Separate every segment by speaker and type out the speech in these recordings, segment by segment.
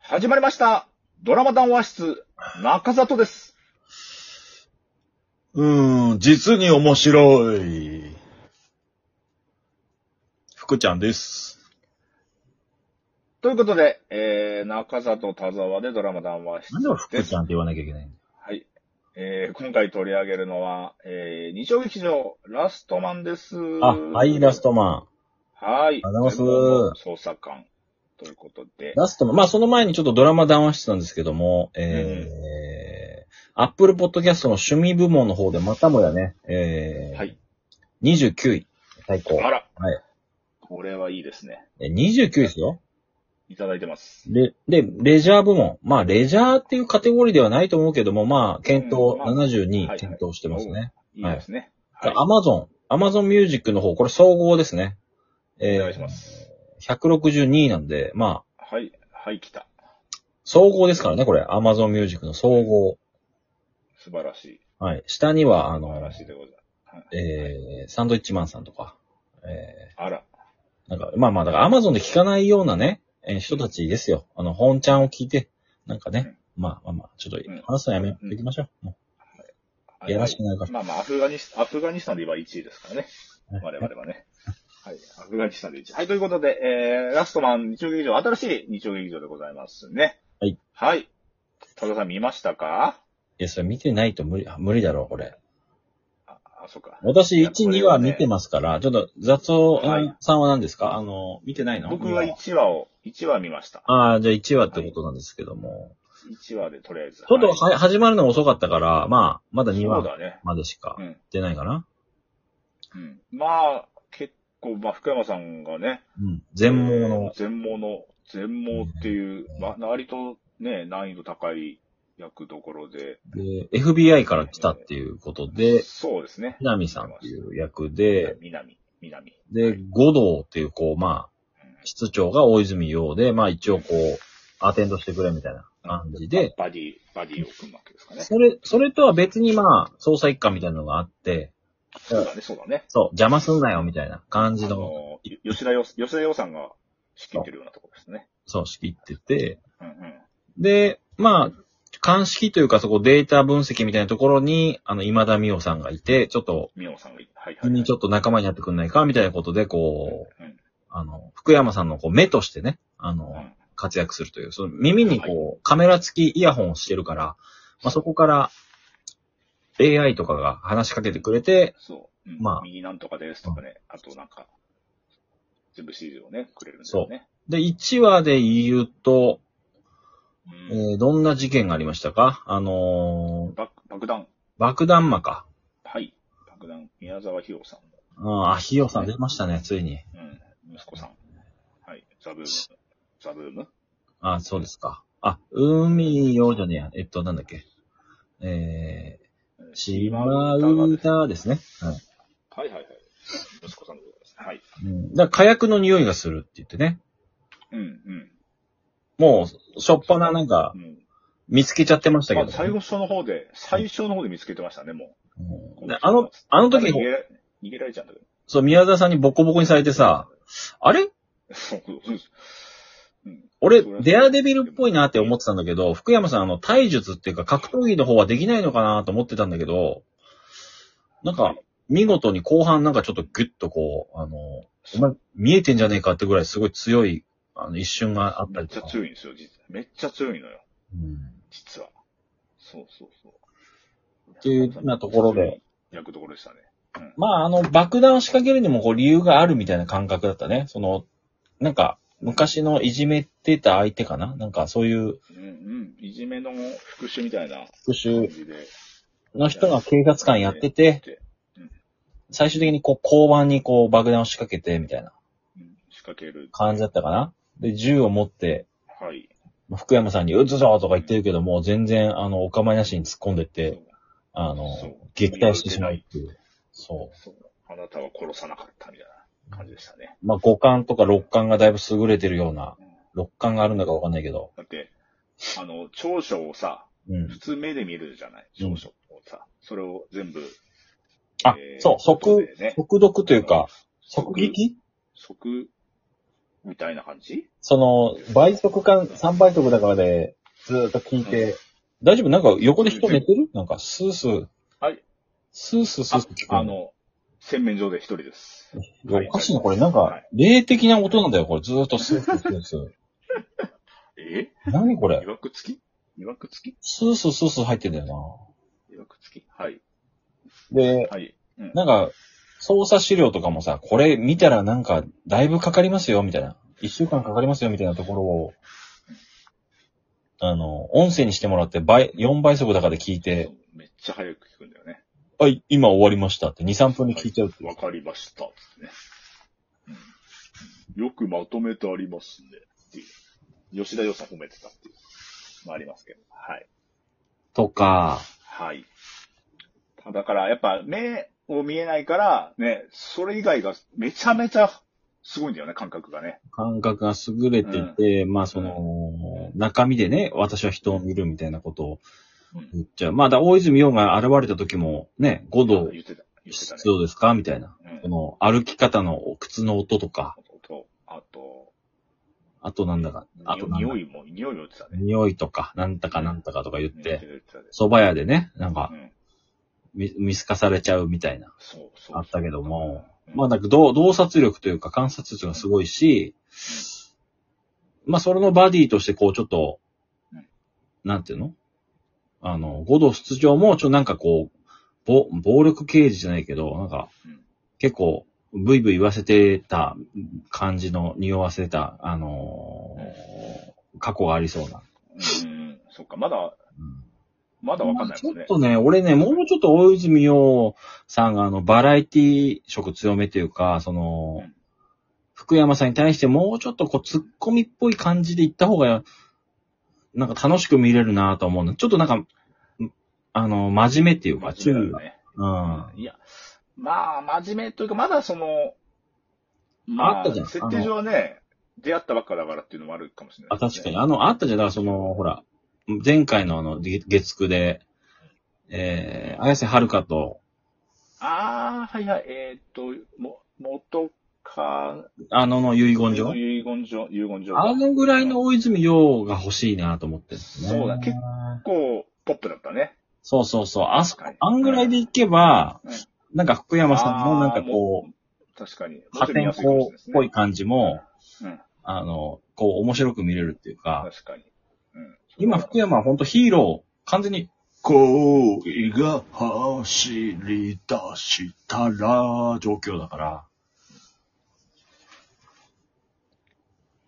Speaker 1: 始まりました。ドラマ談話室、中里です。
Speaker 2: うーん、実に面白い。福ちゃんです。
Speaker 1: ということで、えー、中里田沢でドラマ談話室
Speaker 2: なんで俺
Speaker 1: で
Speaker 2: 福
Speaker 1: す
Speaker 2: ち。ゃんって言わなきゃいけないんだ
Speaker 1: はい。えー、今回取り上げるのは、えー、日曜劇場、ラストマンです。
Speaker 2: あ、はい、ラス。トマ
Speaker 1: はい。
Speaker 2: ありがとうございます
Speaker 1: 捜査官。ということで
Speaker 2: ン。。ラストマン。まあ、その前にちょっとドラマ談話室なんですけども、えー、Apple Podcast の趣味部門の方でまたもやね、えー、
Speaker 1: はい。
Speaker 2: 29位、最
Speaker 1: あ
Speaker 2: 高。
Speaker 1: ら。
Speaker 2: はい。
Speaker 1: これはいいですね。
Speaker 2: え29位ですよ。
Speaker 1: いただいてます。
Speaker 2: で、で、レジャー部門。まあ、レジャーっていうカテゴリーではないと思うけども、まあ、検討、
Speaker 1: うんまあ
Speaker 2: 72
Speaker 1: はい
Speaker 2: 位検討してますね。
Speaker 1: いいですね。はい。
Speaker 2: アマゾン、アマゾンミュージックの方、これ総合ですね。え
Speaker 1: お願いします。
Speaker 2: 162位なんで、まあ、
Speaker 1: はい。はい、来た。
Speaker 2: 総合ですからね、これ。アマゾンミュージックの総合。
Speaker 1: 素晴らしい。
Speaker 2: はい。下には、あ
Speaker 1: 素晴
Speaker 2: の
Speaker 1: ら、しいでございます。はい
Speaker 2: えー、サンドイッチマンさんとか、え
Speaker 1: あら。
Speaker 2: ー、なんか、まあまあ、だからアマゾンで聞かないようなね、えー人たちですよ。あの、本ちゃんを聞いて、なんかね、まあまあまあ、ちょっ
Speaker 1: ん
Speaker 2: と、話すのやめ、
Speaker 1: うん
Speaker 2: 行きましょう。もう、やらしくないから。
Speaker 1: まあまあ、アフガニス、アフガニスタンで今1位ですからね。我々はね。はい。アフガニスタンで1位。はい、ということで、えー、ラストマン日曜劇場、新しい日曜劇場でございますね。
Speaker 2: はい。
Speaker 1: はい。田田さん見ましたか
Speaker 2: いや、それ見てないと無理、あ無理だろう、これ。
Speaker 1: あ、あそっか。
Speaker 2: 私、
Speaker 1: いやこ
Speaker 2: 1、
Speaker 1: れ
Speaker 2: 2は
Speaker 1: ね
Speaker 2: 見てますから、ちょっと、雑音
Speaker 1: はい
Speaker 2: さんは何ですか、あの、見てないの
Speaker 1: 僕は
Speaker 2: 今
Speaker 1: 1話を、1話見ました。
Speaker 2: ああ、じゃあ1話ってことなんですけども。
Speaker 1: 1話でとりあえず。
Speaker 2: ちょっと
Speaker 1: はい
Speaker 2: は始まるの遅かったから、まあ、まだ2
Speaker 1: そう
Speaker 2: 話
Speaker 1: だね。
Speaker 2: までしか
Speaker 1: うん。
Speaker 2: 出ないかな。
Speaker 1: うん。まあ、結構、まあ、福山さんがね、
Speaker 2: うん。全盲の。
Speaker 1: 全盲の、全盲っていう、まあ、割とね、難易度高い役どころで、
Speaker 2: で、FBI から来たっていうことで、
Speaker 1: そうですね。
Speaker 2: 南さんっていう役で、
Speaker 1: 南、南。
Speaker 2: で、五道っていう、こう、まあ、室長が大泉洋で、まあ一応こう、アテンドしてくれみたいな感じで、
Speaker 1: バディ、バディを組むわけですかね。
Speaker 2: それ、それとは別にまあ、捜査一課みたいなのがあって、
Speaker 1: そうだね、そうだね。
Speaker 2: そう、邪魔すんなよみたいな感じ
Speaker 1: あ
Speaker 2: の、
Speaker 1: の、よ吉田よ、吉田洋さんが仕切ってるようなところですね。
Speaker 2: そう、仕切ってて、
Speaker 1: うんうん。
Speaker 2: で、まあ、鑑識というかそこデータ分析みたいなところに、あの、今田美桜さんがいて、ちょっと、
Speaker 1: ミオさんがい、はいはい、は
Speaker 2: 君
Speaker 1: い。
Speaker 2: にちょっと仲間になってくんないかみたいなことで、こう、
Speaker 1: うん
Speaker 2: あの、福山さんのこう目としてね、あの、
Speaker 1: うん
Speaker 2: 活躍するという、その耳にこう、カメラ付きイヤホンをしてるから、まあ、そこから AI とかが話しかけてくれて、
Speaker 1: そう。うん、
Speaker 2: まあ
Speaker 1: 右なんとかですとかね。あとなんか、全部指示をね、くれるんですよね。
Speaker 2: で、1話で言うと、
Speaker 1: う
Speaker 2: え
Speaker 1: ん。
Speaker 2: ーどんな事件がありましたかあのー
Speaker 1: 爆爆弾。
Speaker 2: 爆弾魔か。
Speaker 1: はい。爆弾。宮沢ひよさん
Speaker 2: うん、あ、ひよさん出ましたね、ついに。
Speaker 1: の、うん。息子さん。はい。ザブーム。ザブーム
Speaker 2: あ、そうですか。あ、海よじゃねえや。えっと、なんだっけ。えー、しまう
Speaker 1: は
Speaker 2: たですね。はい。
Speaker 1: いはいはい。息子さんでございます。はい。
Speaker 2: うん、だから火薬の匂いがするって言ってね。
Speaker 1: うんうん。
Speaker 2: もう、しょっぱななんか
Speaker 1: う、ん
Speaker 2: 見つけちゃってましたけど、
Speaker 1: まあ、最初の方で、最初の方で見つけてましたね、も
Speaker 2: う
Speaker 1: う。
Speaker 2: んであの、あの時
Speaker 1: 逃、げられ逃げられちゃうんだけど。
Speaker 2: そう、宮沢さんにボコボコにされてさ、あれ
Speaker 1: そうそうです。うん。
Speaker 2: 俺、デアデビルっぽいなって思ってたんだけど、福山さん、あの、体術っていうか格闘技の方はできないのかなと思ってたんだけど、なんか、見事に後半なんかちょっとギュッとこう、あの、お前見えてんじゃねえかってぐらいすごい強い、あの、一瞬があっ
Speaker 1: め
Speaker 2: た
Speaker 1: っ
Speaker 2: り
Speaker 1: ち
Speaker 2: と
Speaker 1: ゃ
Speaker 2: か。
Speaker 1: 強いんですよ、実は。めっちゃ強いのよ、
Speaker 2: うん
Speaker 1: 実は。そうそうそう。って
Speaker 2: いうようなところで。
Speaker 1: 役どころでしたね。
Speaker 2: まあ、あの、爆弾を仕掛けるにもこう理由があるみたいな感覚だったね。その、なんか、昔のいじめてた相手かななんかそういう
Speaker 1: うんうん。いじめの復讐みたいな
Speaker 2: 復
Speaker 1: 感
Speaker 2: 讐
Speaker 1: じで。
Speaker 2: の人が警察官やってて、最終的にこう、交番にこう爆弾を仕掛けてみたいな
Speaker 1: うん仕掛ける。
Speaker 2: 感じだったかなで、銃を持って、
Speaker 1: はい。
Speaker 2: 福山さんに撃つぞとか言ってるけども、全然、あの、お構いなしに突っ込んでって、あの
Speaker 1: そう、
Speaker 2: 撃退してしまうっていう。そう。
Speaker 1: そうあなたは殺さなかったみたいな感じでしたね。
Speaker 2: まあ、五感とか六感がだいぶ優れてるような、六感があるのかわかんないけど。
Speaker 1: だって、あの、長所をさ、
Speaker 2: うん。
Speaker 1: 普通目で見るじゃない
Speaker 2: うん
Speaker 1: 長所をさ、それを全部。
Speaker 2: あ
Speaker 1: え、ー
Speaker 2: そう、
Speaker 1: 外
Speaker 2: 即
Speaker 1: で、ね
Speaker 2: 即読というか、即撃
Speaker 1: 即、みたいな感じ
Speaker 3: その、倍速感、3倍速だからで、ずーっと聞いて、
Speaker 2: 大丈夫なんか横で人寝てるなんか、スースー。
Speaker 1: はい。
Speaker 2: スースースー
Speaker 1: あ
Speaker 2: スー聞こえる
Speaker 1: あ、の、洗面所で一人です。
Speaker 2: いや
Speaker 1: はい
Speaker 2: おかしいな、こ
Speaker 3: これなん
Speaker 1: は
Speaker 3: か、
Speaker 1: い、
Speaker 2: 霊的な音なんだよ、これ。ずーっとスースースースー。
Speaker 1: え
Speaker 2: 何これ
Speaker 1: いわくつきいわくつき
Speaker 2: スースースースー入ってんだよ
Speaker 1: いわくつきはい。
Speaker 3: で、
Speaker 1: はい。うん
Speaker 2: な。なんか、操作資料とかもさ、これ見たらなんか、だいぶかかりますよ、みたいな。一週間かかりますよ、みたいなところを、あの、音声にしてもらって倍、4倍速だからで聞いて、
Speaker 1: めっちゃ早く聞くんだよね。
Speaker 2: あ、い今終わりましたって、2、3分で聞いちゃうっていう
Speaker 1: わ。かりました。つってね。うんよくまとめてありますね。っていう。吉田洋さん褒めてたっていう。まあありますけど。はい。
Speaker 2: とか、
Speaker 1: はい。だから、やっぱ目を見えないから、ね、それ以外がめちゃめちゃすごいんだよね、感覚がね。
Speaker 2: 感覚が優れてて、まあその、中身でね、私は人を見るみたいなことを
Speaker 1: うん
Speaker 2: 言っちゃう。まあ、だから大泉洋が現れた時も、ね、5度
Speaker 1: 言ってた。言ってた
Speaker 2: 必要ですかみたいな。
Speaker 1: ね。
Speaker 2: こ
Speaker 1: うん。
Speaker 2: の歩き方の靴の音とか、
Speaker 1: あと、あと、
Speaker 2: あとなんだか、あとなんだ
Speaker 1: 匂いも、匂いも言ってたね。
Speaker 2: 匂いとか、なんだかなんだかとか言っ
Speaker 1: 言って
Speaker 2: て、
Speaker 1: た言ってたで
Speaker 2: 蕎麦屋でね、なん
Speaker 1: う
Speaker 2: か
Speaker 1: ん。
Speaker 2: 見見透かされちゃうみたいな、
Speaker 1: そうそうそう
Speaker 2: あったけども、
Speaker 1: うん
Speaker 2: まあ、だけど、洞察力というか観察力がすごいし、まあ、それのバディとして、こう、ちょっと
Speaker 1: うん、
Speaker 2: なんていうのあの、五道出場も、ちょ、なんかこう、ぼ暴力刑事じゃないけど、なんか
Speaker 1: うん、
Speaker 2: 結構、ブイブイ言わせてた感じの、匂わせた、あのー過去がありそうな。
Speaker 1: うん。そっか、まだ、
Speaker 2: うん
Speaker 1: まだわかんない
Speaker 2: ちょ
Speaker 1: もんね
Speaker 2: っ。とね、俺ね、もうちょっと大泉洋さんがあの、バラエティ色強めというか、その、
Speaker 1: うん
Speaker 2: 福山さんに対してもうちょっとこう、ツッコミっぽい感じで行った方が、なんか楽しく見れるなと思うの。ちょっとなんか、んあの、真面目っていうか、注意が。
Speaker 1: ね。
Speaker 2: うん。
Speaker 1: いや、まあ、真面目というか、まだその、
Speaker 2: あ
Speaker 1: ま
Speaker 2: っ
Speaker 1: あ、
Speaker 2: たじゃん
Speaker 1: 設定上はね、出会ったばっかだからっていうのもあるかもしれな
Speaker 2: あ、
Speaker 1: いです
Speaker 2: 確
Speaker 1: ね、
Speaker 2: かに。あの、あったじゃん。だからその、ほら、前回のあの、げ月9で、えー、綾瀬はるかと、
Speaker 1: ああ、はいはい。えーっと、も、元か、
Speaker 2: あのの遺言状
Speaker 1: 遺言状、遺言状。
Speaker 2: あのぐらいの大泉洋が欲しいなと思ってるんですね。
Speaker 1: そうだ結結構、ポップだったね。
Speaker 2: そうそうそう。あそこ
Speaker 1: はい、
Speaker 2: あんぐらいでいけば
Speaker 1: うん、
Speaker 2: なんか福山さんのなんかこう、
Speaker 1: 確かに。
Speaker 2: 破天荒っぽい感じも、
Speaker 1: うん
Speaker 2: あの、こう面白く見れるっていうか、
Speaker 1: 確かに。うん。
Speaker 2: 今福山は本当ヒーロー、完全に、恋が走り出したら、状況だから、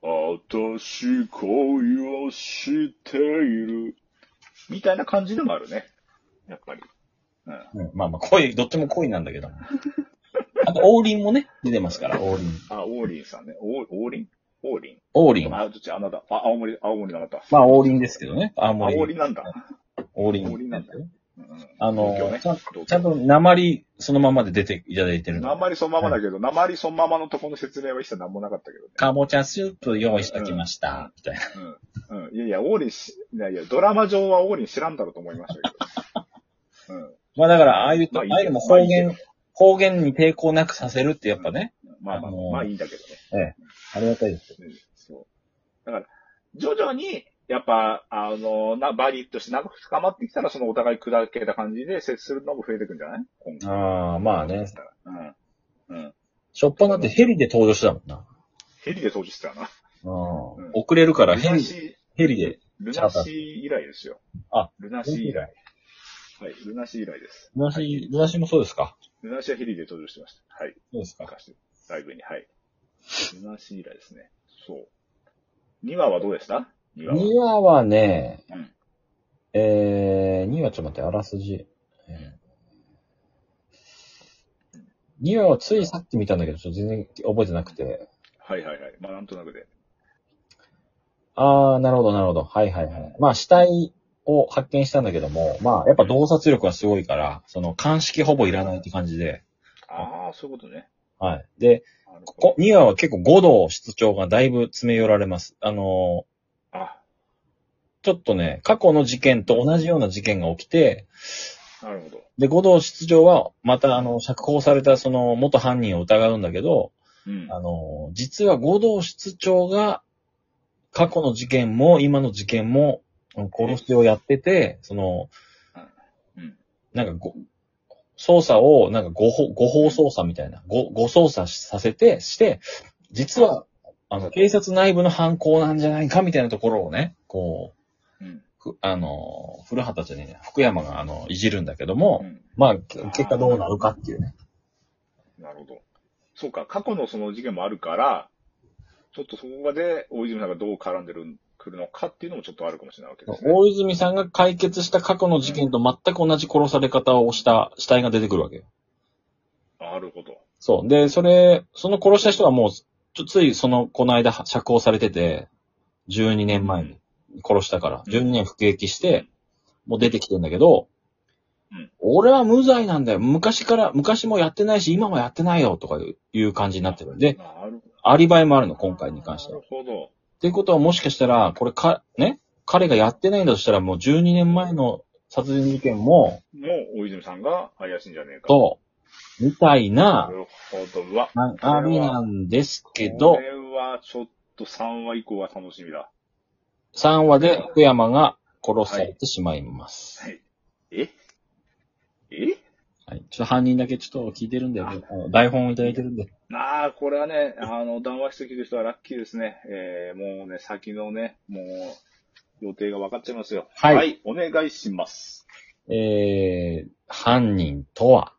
Speaker 1: 私恋をしている。みたいな感じでもあるね。やっぱり。うん。
Speaker 2: うんまあまあ恋、どっちも 恋なんだけど。あと、王林もね、出てますから、王林。
Speaker 1: あ、王林さんね。王王林王林。
Speaker 2: 王林。
Speaker 1: あ、どっちあなた。あ、青森、青森のあなた。
Speaker 2: まあ、王林ですけどね。あ、
Speaker 1: あ、
Speaker 2: もう
Speaker 1: 王、林なんだ。
Speaker 2: 王
Speaker 1: 王林なん
Speaker 2: 林
Speaker 1: だ。よ。うんうん
Speaker 2: あの
Speaker 1: 東京ね
Speaker 2: ちゃん
Speaker 1: 東京
Speaker 2: ちゃんと鉛そのままで出ていただいてるので。
Speaker 1: 鉛そのままだけど、鉛そのままのとこの説明は一切何もなかったけ
Speaker 2: かぼちゃスープ用意してきました。みたいな。
Speaker 1: どね。うん。うん。いやいや、王林し、いやいや、ドラマ上は王林知らんだろうと思いました けど。うん。
Speaker 2: まあだから、ああいうと、
Speaker 1: ま
Speaker 2: あ
Speaker 1: あいい
Speaker 2: あいうのも方言、方言に抵抗なくさせるってやっぱね、
Speaker 1: まあま
Speaker 2: あ
Speaker 1: あ、
Speaker 2: のー
Speaker 1: まあいいんだけどね。
Speaker 2: ありがたいです。
Speaker 1: うんそう。だから、徐々に、やっぱ、あの、な、バリッとして長く深まってきたら、そのお互い砕けた感じで接するのも増えてくんじゃない今後。
Speaker 2: ああ、まあね。
Speaker 1: うん。うん。
Speaker 2: しょっぱなってヘリで登場してたもんな。
Speaker 1: ヘリで当時してたな。
Speaker 2: うん
Speaker 1: うん
Speaker 2: 遅れるから
Speaker 1: ル
Speaker 2: ヘ
Speaker 1: ナ
Speaker 2: リ、
Speaker 1: シ
Speaker 2: ヘリで。
Speaker 1: ー、ルナシー以来ですよ。
Speaker 2: あ、
Speaker 1: ルナシー以来。はい、ルナシー以来です。
Speaker 2: ルナシ、ルナシもそうですか
Speaker 1: ルナシーはヘリで登場してました。はい。
Speaker 2: そうですか。
Speaker 1: 昔、ライブに。はい。ルナシー以来ですね。そう。2話はどうでした ?2 話は。
Speaker 2: 2話はね
Speaker 1: うん、
Speaker 2: えー、2話ちょっと待って、あらすじ。えー2話はついさっき見たんだけど、ちょっと全然覚えてなくて。
Speaker 1: はいはいはい。まあなんとなくで。
Speaker 2: ああ、なるほど、なるほど。はいはいはい。まあ、死体を発見したんだけども、まあ、やっぱ洞察力がすごいから、その、鑑識ほぼいらないって感じで、
Speaker 1: ああ、そういうことね。
Speaker 2: はい。で、
Speaker 1: なるほど
Speaker 2: ここ、2話は結構五道室長がだいぶ詰め寄られます。あの
Speaker 1: あ、
Speaker 2: ーちょっとね、過去の事件と同じような事件が起きて、
Speaker 1: なるほど。
Speaker 2: で、五道室長は、また、あの、釈放された、その、元犯人を疑うんだけど、
Speaker 1: うん。
Speaker 2: あの、実は合同室長が、過去の事件も、今の事件も、殺しをやってて、その
Speaker 1: うん、
Speaker 2: なんかご、捜査を、なんか誤報、誤報捜査みたいな、ご、誤捜査させて、して、実は、あの、警察内部の犯行なんじゃないかみたいなところをね、こ
Speaker 1: うん。
Speaker 2: う、ふあの、古畑じゃねえや福山が、あの、いじるんだけども、
Speaker 1: うん
Speaker 2: まあ、け結果どうなるかっていうね。
Speaker 1: なるほど。そうか、過去のその事件もあるから、ちょっとそこまで大泉さんがどう絡んでるくるのかっていうのもちょっとあるかもしれないわけですね。
Speaker 2: 大泉さんが解決した過去の事件と全く同じ殺され方をした死体が出てくるわけよ。
Speaker 1: なるほど。
Speaker 2: そう。で、それ、その殺した人はもう、ちょついその、この間は釈放されてて、12年前に殺したから、12年服役して、もう出てきてんだけど、
Speaker 1: うん
Speaker 2: 俺は無罪なんだよ。昔から、昔もやってないし、今もやってないよ、とかいういう感じになってるんで、
Speaker 1: なるほ
Speaker 2: アリバイもある
Speaker 1: ど
Speaker 2: の、今回に関しては
Speaker 1: な。るほど。
Speaker 2: っていうことはもしかしたら、これか、ね彼がやってないんだとしたらもう12年前の殺人事件も、
Speaker 1: もう大泉さんが怪しいんじゃねえか。
Speaker 2: と、みたい
Speaker 1: な
Speaker 2: な、
Speaker 1: るほど。うわ。
Speaker 2: あありなんですけ
Speaker 1: こ
Speaker 2: ど、
Speaker 1: れはちょっと3話以降は楽しみだ。
Speaker 2: 3話で福山が殺されてしまいます。
Speaker 1: ええ
Speaker 2: はい。ちょっと犯人だけちょっと聞いてるんだよね。あの台本をいただいてるんで。
Speaker 1: ああ、これはね、あの、談話してきる人はラッキーですね。えー、もうね、先のね、もう、予定が分かっちゃいますよ。
Speaker 2: はい
Speaker 1: はい、お願いします。
Speaker 2: えー、犯人とは、